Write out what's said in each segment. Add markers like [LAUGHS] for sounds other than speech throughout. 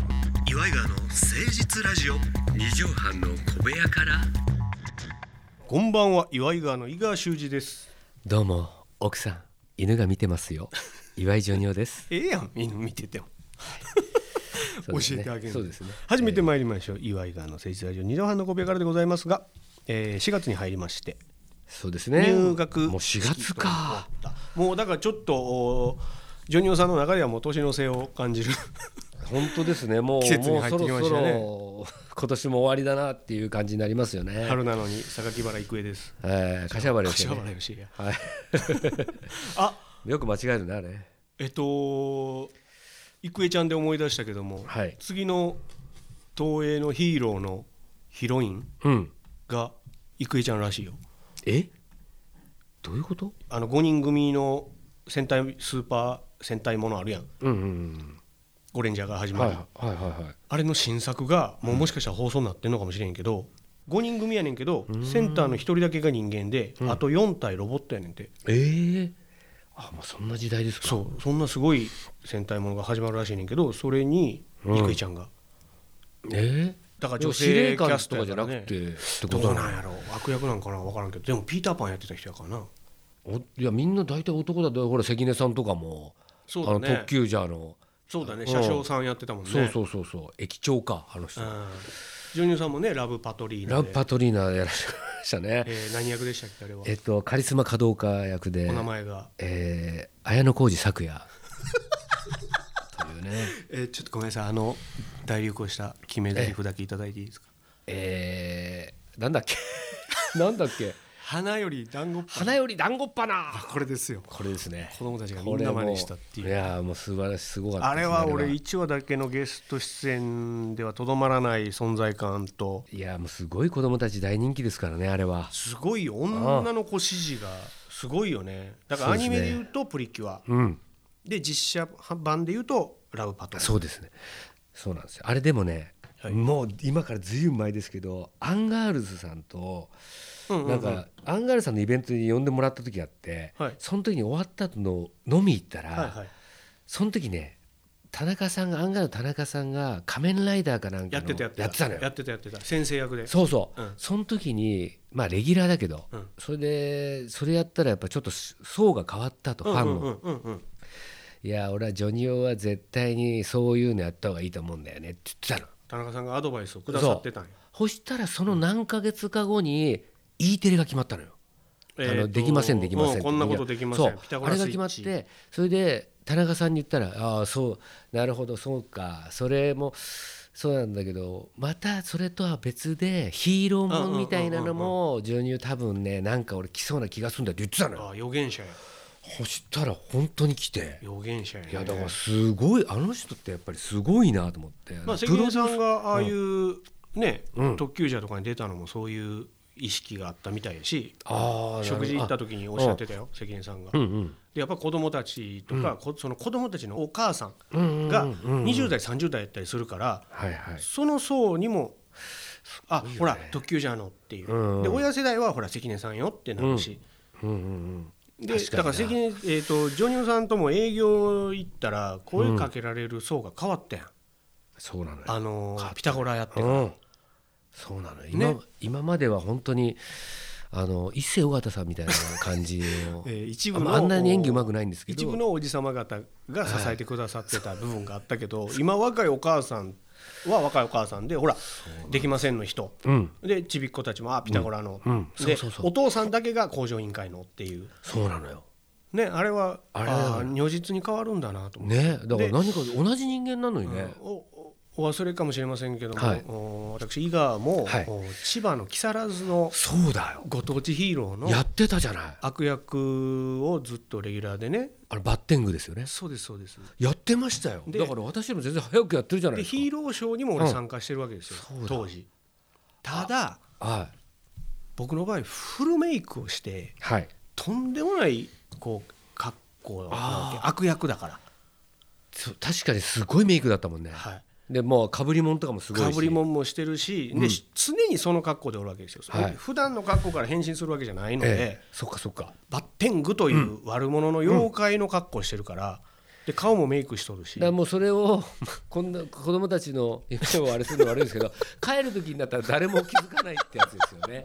イガーの誠実ラジオ二畳半の小部屋からこんばんは岩井川の井川修司ですどうも奥さん犬が見てますよ岩井ジョニオですええやんみんな見ててもそうです [LAUGHS] 教ねえてあげるそうですね初めて参りましょう、岩井川の誠実ラジオ二度半の小部屋からでございますが、えー、4月に入りましてそうですね入学もう4月かもうだからちょっとおジョニオさんの中ではもう年の瀬を感じる本当ですねもう季節に入ってきましもうそろそたねろ今年も終わりだなっていう感じになりますよね春なのに榊原郁恵ですえー、柏原です柏よね原芳恵やはあいよく間違えるなあれえっと郁恵ちゃんで思い出したけども、はい次の東映のヒーローのヒロインうんが郁恵ちゃんらしいよえどういうことあの5人組の戦隊スーパー戦隊ものあるやんうんうんゴレンジャーが始うんまはいる、はいはいはいあれの新作がもうもしかしたら放送になってんのかもしれんけど、5人組やねんけどセンターの1人だけが人間で、あと4体ロボットやねんてええあもうそんな時代ですかそうそんなすごい戦隊ものが始まるらしいねんけどそれにうん郁恵ちゃんが、えー、だから女性キャスでも司令官とかトやじゃからなくねてってどこうとなんなやろ悪役なんかな分からんけどでもピーターパンやってた人やからなのおいやみんな大体男だとほら関根さんとかも、そうあだのね特急ジャーの、そうだねうん車掌さんやってたもんねそうそうそうそう駅長かあの人、うんジョニオさんもねラブパトリーナラでブパトリーナやらせてもらいましたねえー何役でしたっけあれはえっとカリスマ稼働家役でお名前がえー、綾小路咲也というねえーちょっとごめんなさいあの大流行した決め台詞だけいただいていいですかえー、なんだっけ [LAUGHS] なんだっけ花より団子っぱ花より団子っ花これですよこれですね子供たちがみこんれなも真似したっていうやーもう素晴らしいすごかったあですれねは俺1話だけのゲスト出演ではとどまらない存在感といやーもうすごい子供たち大人気ですからねあれはすごいよ女の子支持がすごいよねだからアニメで言うと「プリキュア」うんで実写版で言うと「ラブパトリーそうですねそうなんですよあれでもね、もう今からずいぶん前ですけどアンガールズさんとうんうんうんなんかアンガールズさんのイベントに呼んでもらった時があって、はいその時に終わった後の飲み行ったら、はいはいその時ね田中さんがアンガールズ田中さんが「仮面ライダー」かなんかやのってたやってたやってたのよやってたやってた先生役でそうそう、うんその時にまあレギュラーだけど、うんそれでそれやったらやっぱちょっと層が変わったとファンの、うんうんうんうんいや俺はジョニオは絶対にそういうのやった方がいいと思うんだよねって言ってたの田中さんがアドバイスをくださってたんやそしたらその何ヶ月か後に E テレが決まったのよ、えーあとのできませんできませんって、うこんなことできませんそうピタゴあラれスイがッ決チまってそれで田中さんに言ったらああそうなるほどそうかそれもそうなんだけどまたそれとは別でヒーローもんみたいなのもジョニオ多分ねなんか俺来そうな気がするんだって言ってたのよああ予言者やそしたら本当に来て予言者や,、ね、いやだからすごいあの人ってやっぱりすごいなと思って、まあ、プロ関デュ根ースさんがああいうね、うん特急車とかに出たのもそういう意識があったみたいやし、あー食事行っなたる時におっしゃってたよ関根さんが。ほどうんうんでやっぱ子供たちとか、こその子供たちのお母さうんうんうんうんんが20代30代やったりするから、はいはいその層にも「あ、ほら特急じゃの」っていう、うんうんで親世代はほら関根さんよってなるし、うんうんうんで確かになだから関根、えー、とジョニオさんとも営業行ったら声かけられる層が変わったやん、そうなのよあのーピタゴラやってからうんそうなのよ今,、ね今までは本当にあの一世尾形さんみたいな感じの [LAUGHS] えー一部のあまああんなに演技うまくないんですけど一部のおじ様方が支えてくださってた部分があったけど、今若いお母さんは若いお母さんでほら「できません」の人うんでちびっ子たちも「あピタゴラの」うんうんでそうそうそうお父さんだけが工場委員会のっていうそうなのよねあれはああれだからあー如実に変わるんだなと思って、ねだからで何か同じ人間なのにね、おおお忘れかもしれませんけども、はいお私井川も、はいお千葉の木更津のそうだよご当地ヒーローのやってたじゃない悪役をずっとレギュラーでねあのバッテングですよねそうですそうですやってましたよでだから私よりも全然早くやってるじゃないでですかヒーローショーにもう俺ん参加してるわけですよ、そうだ当時ただはい僕の場合フルメイクをしてはいとんでもないこう格好なわけあ悪役だから、そう確かにすごいメイクだったもんね、はでもうかぶりもんとかもすい、ごいしかぶりもんもしてるし、で常にその格好でおるわけですよ、はい普段の格好から変身するわけじゃないので、ええそっかそっかバッテングという悪者の妖怪の格好をしてるから、で顔もメイクしとるしだからもうそれを [LAUGHS] こんな子供たちの夢をあれするの悪いんですけ [LAUGHS] ど帰る時になったら誰も気づかないってやつですよね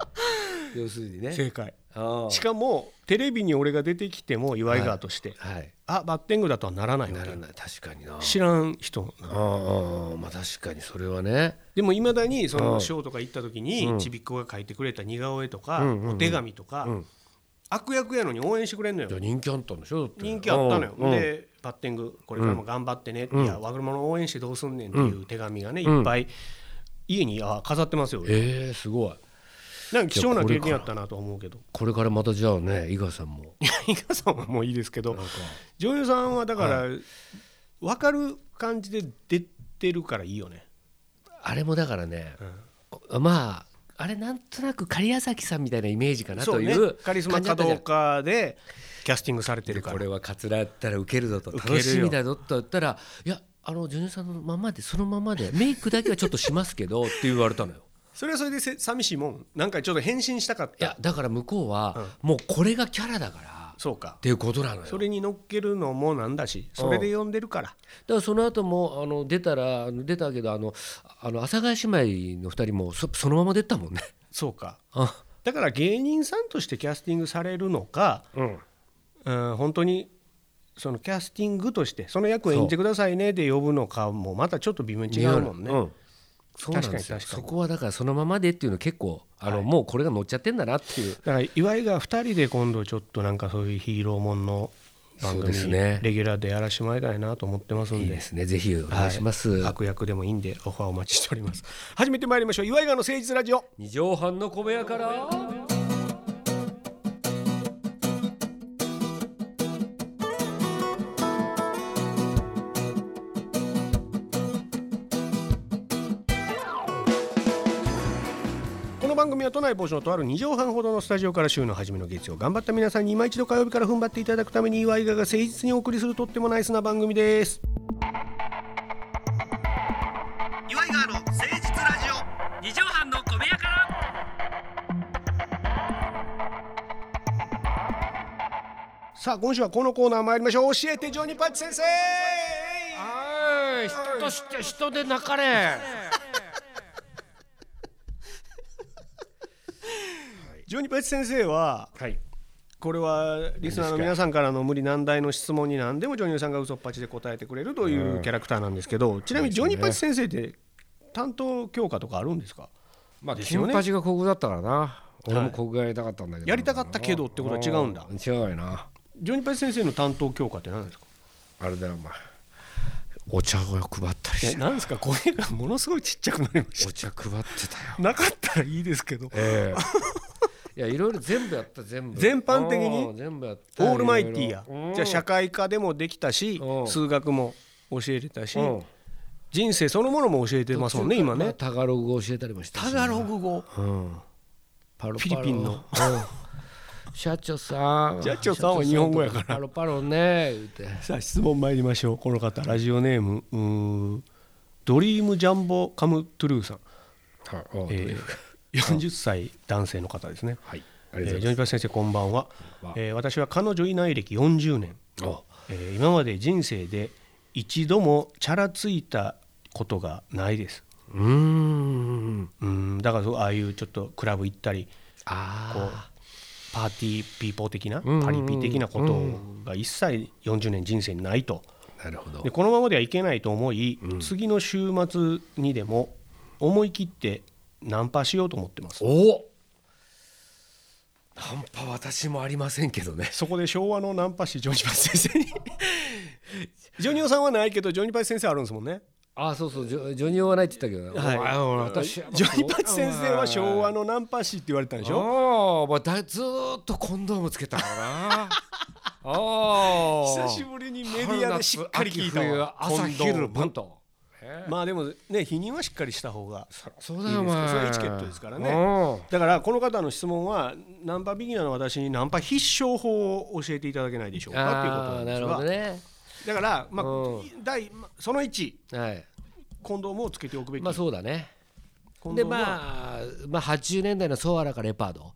要するにね正解ああしかもテレビに俺が出てきても岩井川として、はいあバッテングだとはならないわなけらない確かにな知らん人なああまあ確かにそれはねでもいまだにそうのんショーとか行った時に、ちびっ子が書いてくれた似顔絵とか、うんうんうんお手紙とか、うん悪役やのに応援してくれんのよいや人気あったんでしょだって人気あったのよ、うんでバッティングこれからも頑張ってね、いや和車の応援してどうすんねんっていう手紙がね、いっぱい家にあ飾ってますよ、俺ええすごいなんか貴重な経験やったなと思うけどこれからまたじゃあね井川さん [LAUGHS] も伊賀さんはもういいですけど女優さんはだから分かる感じで出てるからいいよね、あれもだからね、まああれなんとなく假屋崎さんみたいなイメージかなそとういねうカリスマ感じだかったどじゃうんかでキャスティングされてるかこられはカツラやったらウケるぞとウケるよ楽しみだぞと言ったらいやあのジュニアさんのままでそのまま [LAUGHS] でメイクだけはちょっとしますけどって言われたのよそれはそれでせ寂しいもんなんかちょっと変身したかっいたやだから向こうはもうこれがキャラだからっそうかていうことなのよそれに乗っけるのもなんだしそれで呼んでるからだからその後もあの出たらあの出たけどあのあの阿佐ヶ谷姉妹の二人もそそのまま出たもんねそうかあだから芸人さんとしてキャスティングされるのか、うん、本当にそのキャスティングとしてその役を演じてくださいねで呼ぶのかもまたちょっと微妙に違うもんね、うんそうなんですよ確かに確かにそこはだからそのままでっていうの結構あの、もうこれが乗っちゃってんだなっていうだから岩井が2人で今度ちょっとなんかそういうヒーローもんの番そう組ですねレギュラーでやらしてもらいたいなと思ってますんいいでですねぜひお願いします、悪役でもいいんでオファーお待ちしております始めてまいりましょう岩井川の誠実ラジオ二畳半の小部屋から。この番組は都内某所のとある2畳半ほどのスタジオから週の初めの月曜頑張った皆さんに今一度火曜日から踏ん張っていただくために岩井川が誠実にお送りするとってもナイスな番組です岩井川の誠実ラジオ二畳半の小部屋から。さあ今週はこのコーナー参りましょう教えてジョニーパッチ先生はい、人として人で泣かれ。ジョニーパッチ先生ははい。これはリスナーの皆さんからの無理難題の質問に何でもジョニーさんが嘘っぱちで答えてくれるというキャラクターなんですけどちなみにジョニーパッチ先生って担当教科とかあるんですかまあ、すよね金八がここだったからな。俺もここがやりたかったんだけど。やりたかったけどってことは違うんだあー違うよな。ジョニーパッチ先生の担当教科って何ですかあれだよ、お前。お茶を配ったりえして。なんですか声がものすごいちっちゃくなりましお茶配ってたよ。たなかったらいいですけどえ [LAUGHS] え。いや、いろいろ全部やった、全部。全般的にうん全部やっオた。ールマイティーいやろいろうんじゃあ社会科でもできたしうん数学も教えれたしうん人生そのものも教えてますもんね今まあねタガログを教えたりもしたしタガログ語うんパロパロフィリピンのうん社長さん社長さんは日本語やからパロパロね言うてさあ質問参りましょうこの方ラジオネームうードリームジャンボカムトゥルーさん、ええーー、40歳男性の方ですね、はいあえりがとーうごジざョいニパチ先生こんばんはこんばんは、えー私は彼女いない歴40年ますえー今まで人生で一度もチャラついたことがないですうーんうんだからそうああいうちょっとクラブ行ったりこうあパーティーピーポー的なうんうんパリピ的なことが一切40年人生にないとあなるほどでこのままではいけないと思い、次の週末にでも思い切ってナンパしようと思ってますおナンパ私もありませんけどねそこで昭和のナンパ師ジョニーパチ先 [LAUGHS] 生にジョニオさんはないけどジョニーパチ先生あるんですもんねあそうそうジョジョニオはないって言ったけどねお前私ジョニーパチ先生は昭和のナンパ師って言われたんでしょああ、まあ、だずーっとコンドームつけたからな。[LAUGHS] ああ。久しぶりにメディアでしっかり聞いたわ春夏秋冬朝昼コ晩ンと。まあでもね否認はしっかりした方がそうだよ、おいいで前。すよそれエチケットですからねうんだからこの方の質問はナンパビギナーの私にナンパ必勝法を教えていただけないでしょうかっていうことあなあ、んでなするほどが、ね。だから、まあう第まあその1はい。コンドームをつけておくべき、まあ、そうだね。コンで、ドームは [LAUGHS] まあ、まあ、80年代のソアラかレパード。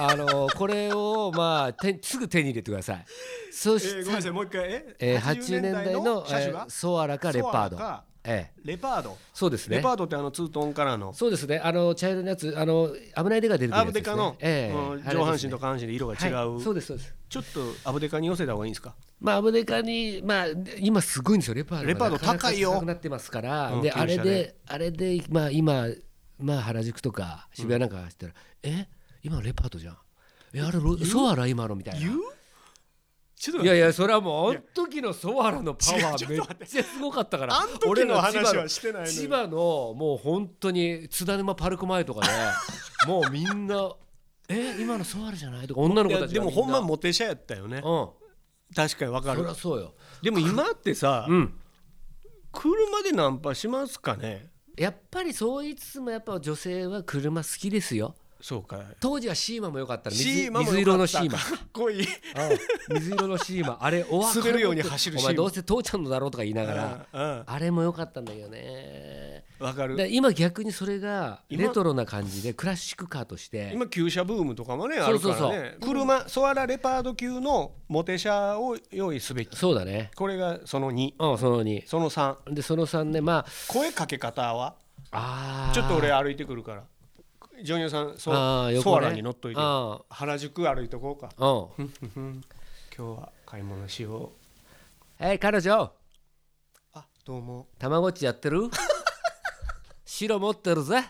あのこれをまあ手すぐ手に入れてくださいそえーしごめんなさて、いもう一回ええー80年代の車種えがーソアラかレパードソアラかええレパードそうですレねパードってあのツートンカラーのそうですねあの茶色のやつあの危ない手が出るアやブつデです、カね、のええうんあれですね上半身と下半身で色が違はういそうですそうですちょっとアブデカに寄せた方がいいんですかまあ、アメリカに、まあ、今すごいんですよ、レパードがレパードなかなか高いよ高くなってますから、うんで、旧車あでれで、あれで、まあ、今、まあ、原宿とか渋谷なんか走ったら、え、今レパードじゃん。え、あれロ、ソアラ今のみたいな。ちょっといやいや、それはもう、あの時のソアラのパ違うワちーょめっっと待ちゃすごかったから、あん時の俺ら千葉話はしてないのよ千葉の、もう本当に津田沼パルコ前とかで、 [LAUGHS] もうみんな、え、今のソアラじゃないとか、女のい子やたちでがもみんなほんまモテ車やったよねう確かにわかん、そりるゃそうよ。でも今ってさうん。車でナンパしますかねやっぱりそう言いつつもやっぱ女性は車好きですよそうか当時はシーマも良かったの水シーマも水色のシ [LAUGHS] ーマかっこいいうん水色のシーマあれおわ滑るように走るおシーマ前どうせ父ちゃんのだろうとか言いながらうんあれも良かったんだけどねうんわかるで今逆にそれが今レトロな感じでクラシックカーとして今旧車ブームとかもねあそるうかそうそうらね車ソアラレパード級のモテ車を用意すべきそうだねこれがその2うんその2その3でその3ねま声かけ方はああーちょっと俺歩いてくるからジョニオさんソあー横ねソアラに乗っといてあ原宿歩いとこうかうん今日は買い物しようえい彼女あどうもたまごっちやって [LAUGHS] る白持ってるぜ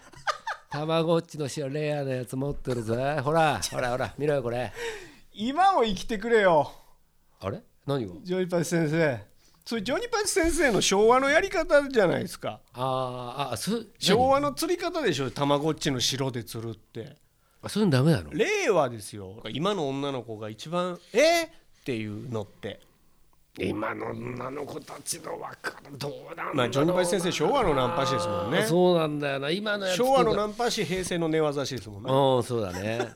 たまごっちの白レアなやつ持ってるぜほらほらほら見ろよこれ今を生きてくれよあれ何がジョニパチ先生それジョニパチ先生の昭和のやり方じゃないですかあーあそ昭和の釣り方でしょたまごっちの城で釣るってあそういうのダメなの令和ですよ今の女の子が一番えっていうのって今の女の子たちの分かるどうなんだろうまあジョニパチ先生昭和のナンパ師ですもんねそうなんだよな今のやつとか昭和のナンパ師平成の寝技師ですもんねうんそうだね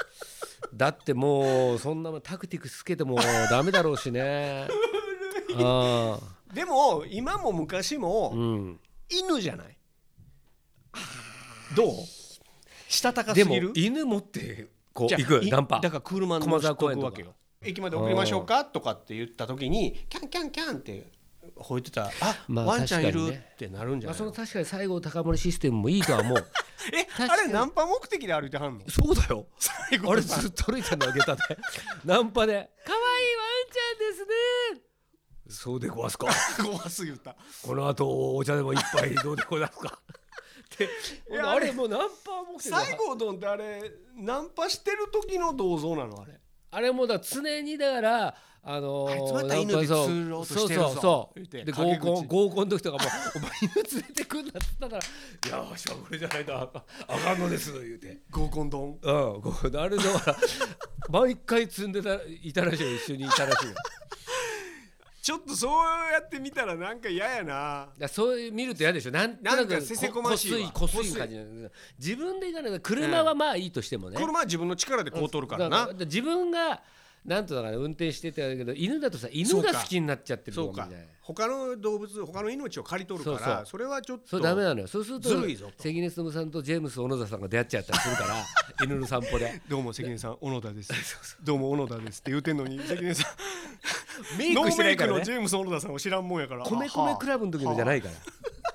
[LAUGHS] だってもうそんなもんタクティクスつけてもダメだろうし [LAUGHS] ねあでも今もー昔うもん犬じゃないどうしたたかですもぎる犬持ってこうじゃあ行くいナンパだから車の駒沢乗っと公園とくかわけよ駅まで送りましょうかとかって言った時にキャンキャンキャンって吠えてたらあ、まあワンちゃんい確かるにねってなるんじまゃあ、ないその、の確かに西郷隆盛システムもいいとは思うえ確あかにれナンパ目的で歩いてはんのそうだよ [LAUGHS] 最 [LAUGHS] 後あれずっと歩いてんの下駄で [LAUGHS] ナンパで「可愛いワンちゃんですね」そうでごわすか怖すぎたこの後お茶でも一杯どうでございます [LAUGHS] かっていやあれもうナンパ目的だ西郷どんってあれナンパしてる時の銅像なのあれあれもだから常にだからあのあいつー、また犬でそう釣ろうとしてるぞそうそうそう言ってで合陰口コン合コンの時とかも「お前犬連れてくんな」っつったから「いやわしはこれじゃないとああかんのです」言うて合コン丼うん、ごめんあれだから毎回積んでたいたらしいよ一緒にいたらしいよだかちょっとそうやって見たらなんか嫌やならそういう見ると嫌でしょなんとななんかせせこましいわここすいこすい感じなんだけど自分で行かない車はまあいいとしてもね、車は自分の力でこう取るからだなだ自分がなんとだから運転してたけど犬だとさ犬が好きになっちゃってるそのうかかみたいな他の動物他の命を借り取るからそそうそうれはちょっとそれダメなのよそうするとずるいぞと関根勤さんとジェームス小野田さんが出会っちゃったりするから [LAUGHS] 犬の散歩でどうも関根さん小野田です [LAUGHS] どうも小野田ですって言うてんのに関根さメんイノクーしてなメイいクからのねジェームス小野田さんを知らんもんやから米米クラブの時のじゃないから。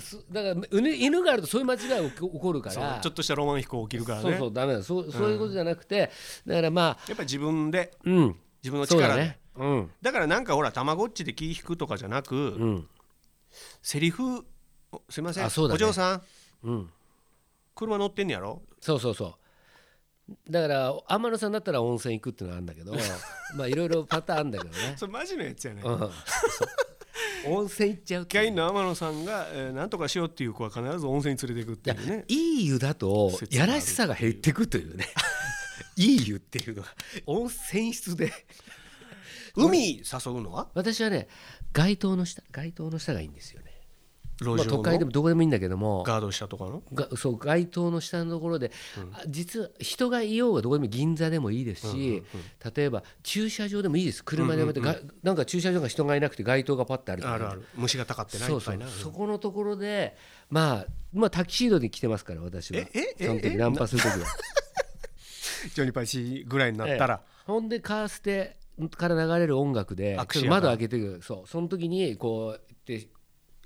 すだから犬犬があるとそういう間違いが起こ起こるからそうちょっとしたロマン飛行起きるからねそうそうダメだそうそういうことじゃなくて、だからまあやっぱ自分でうん自分のそうだ力でだ,、ねうんからなんかほらたまごっちで気引くとかじゃなく、うんセリフおすいません、あそうだおね嬢さんうん車乗ってんねやろそうそうそうだから天野さんだったら温泉行くっていうのはあるんだけ [LAUGHS] どまあいろいろパターンあるんだけどね、 [LAUGHS] それマジのやつやね、 [LAUGHS] うん、そう温泉行っちゃうっ一回の天野さんが、えー、なんとかしようっていう子は必ず温泉に連れていくっていうねいい湯だと切なやいらしさが減ってくという [LAUGHS] ねいい湯っていうのは温泉室で [LAUGHS] 海誘うのは私はね街灯の下街灯の下がいいんですよね、路まあ、上の、都会でもどこでもいいんだけどもガードしたとかのがそう街灯の下のところで、あ実は人がいようがどこでも銀座でもいいですし、例えば駐車場でもいいです車でも、がなんか駐車場が人がいなくて街灯がパッてあるじゃなあいるある虫がたかってないそういっぱそいうなそこのところで、まあ、まあタキシードで来てますから私はえええそのえ時ナンパする時はジョニーパイシーぐらいになったらえ、えほんでカーステから流れる音楽でアクちょシっアとが窓開けてくるそうその時にこうやって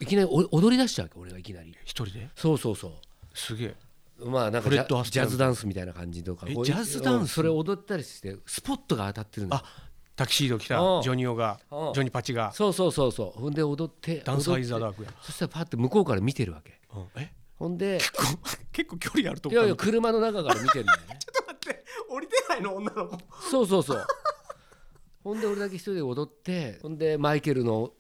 いきなりお踊り出しちゃうわけ俺がいきなり一人でそうそうそすげえうまあなんかフジレッドアャスジテアャみズたいなダンスみたいな感じとかえこうジャズダンスうんそれ踊ったりしてスポットが当たってるのあタキシード着たうんジョニオがジうんョニーパチがそうそうそうそうほんで踊ってダンサーイズザ踊ってダークや、そしたらパッて向こうから見てるわけうん、えほんでこ結構距離あるといこやいや車の中から見てるんだよね待って降りてないの女の子そうそうそうほんで俺だけ一人で踊ってほんでマイケルの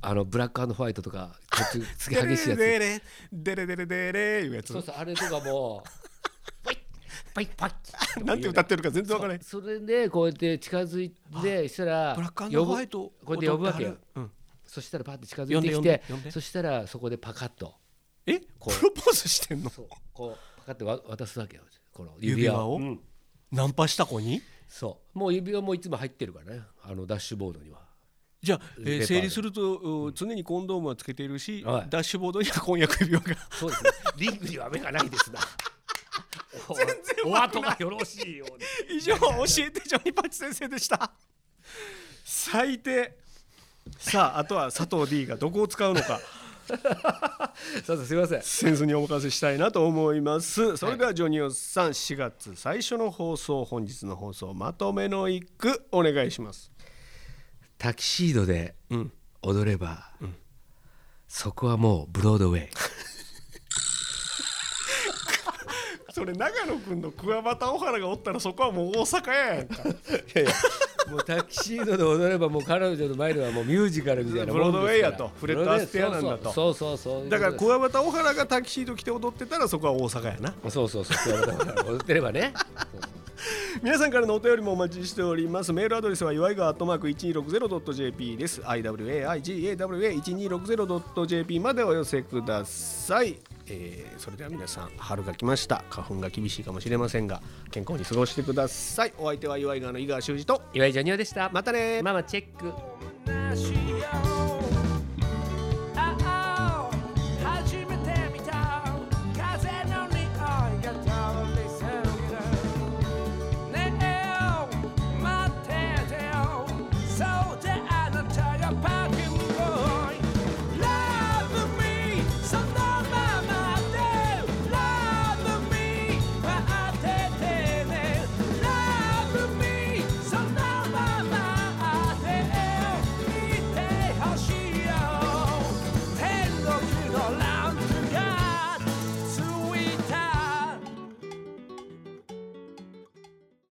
あのブラックホワイトとかこっちすげえ激しいや [LAUGHS] つデレデレデレデレデレいうやつそうそうあれとかもうパイッパイッパイッ [LAUGHS] なんて歌ってるか全然わからないそれでこうやって近づいてしたらブラック呼ぶホワイトこうやって呼ぶわけよ踊ってはるうんそしたらパッて近づ呼いてんでき呼んでて呼んでそしたらそこでパカッとえこうプロポーズしてんのそうこうパカッてわ渡すわけよこの指輪をうんナンパした子にそうもう指輪もいつも入ってるからねあのダッシュボードにはじゃあ、えーペーパーで整理すると、うん常にコンドームはつけているし、はいダッシュボードには婚約指 [LAUGHS] 輪がそうですねリングには目がないです [LAUGHS] な全然お後がよろしいように以上教えてジョニーパチ先生でした最低さああとは佐藤 D がどこを使うのさかあすいませんセンスにお任せしたいなと思いますそれではジョニオさん4月最初の放送本日の放送まとめの一句お願いしますタキシードでうん踊れば、そこはもうブロードウェイそれ長野君の桑畑小原がおったらそこはもう大阪やんかもうタキシードで踊ればもう彼女の前ではもうミュージカルみたいなもんですからブロードウェイやとフレッドアステアなんだとそうそうそうそうだから桑畑小原がタキシード着て踊ってたらそこは大阪やなそうそうそうそうだから踊ってればねそうそう皆さんからのお便りもお待ちしておりますメールアドレスは祝いがアットマーク 1260.jp です iwaigawa1260.jp までお寄せください、えーそれでは皆さん春が来ました花粉が厳しいかもしれませんが健康に過ごしてくださいお相手は祝いがの井川修司と岩井ジャニオでしたまたねママチェック「話し合おう」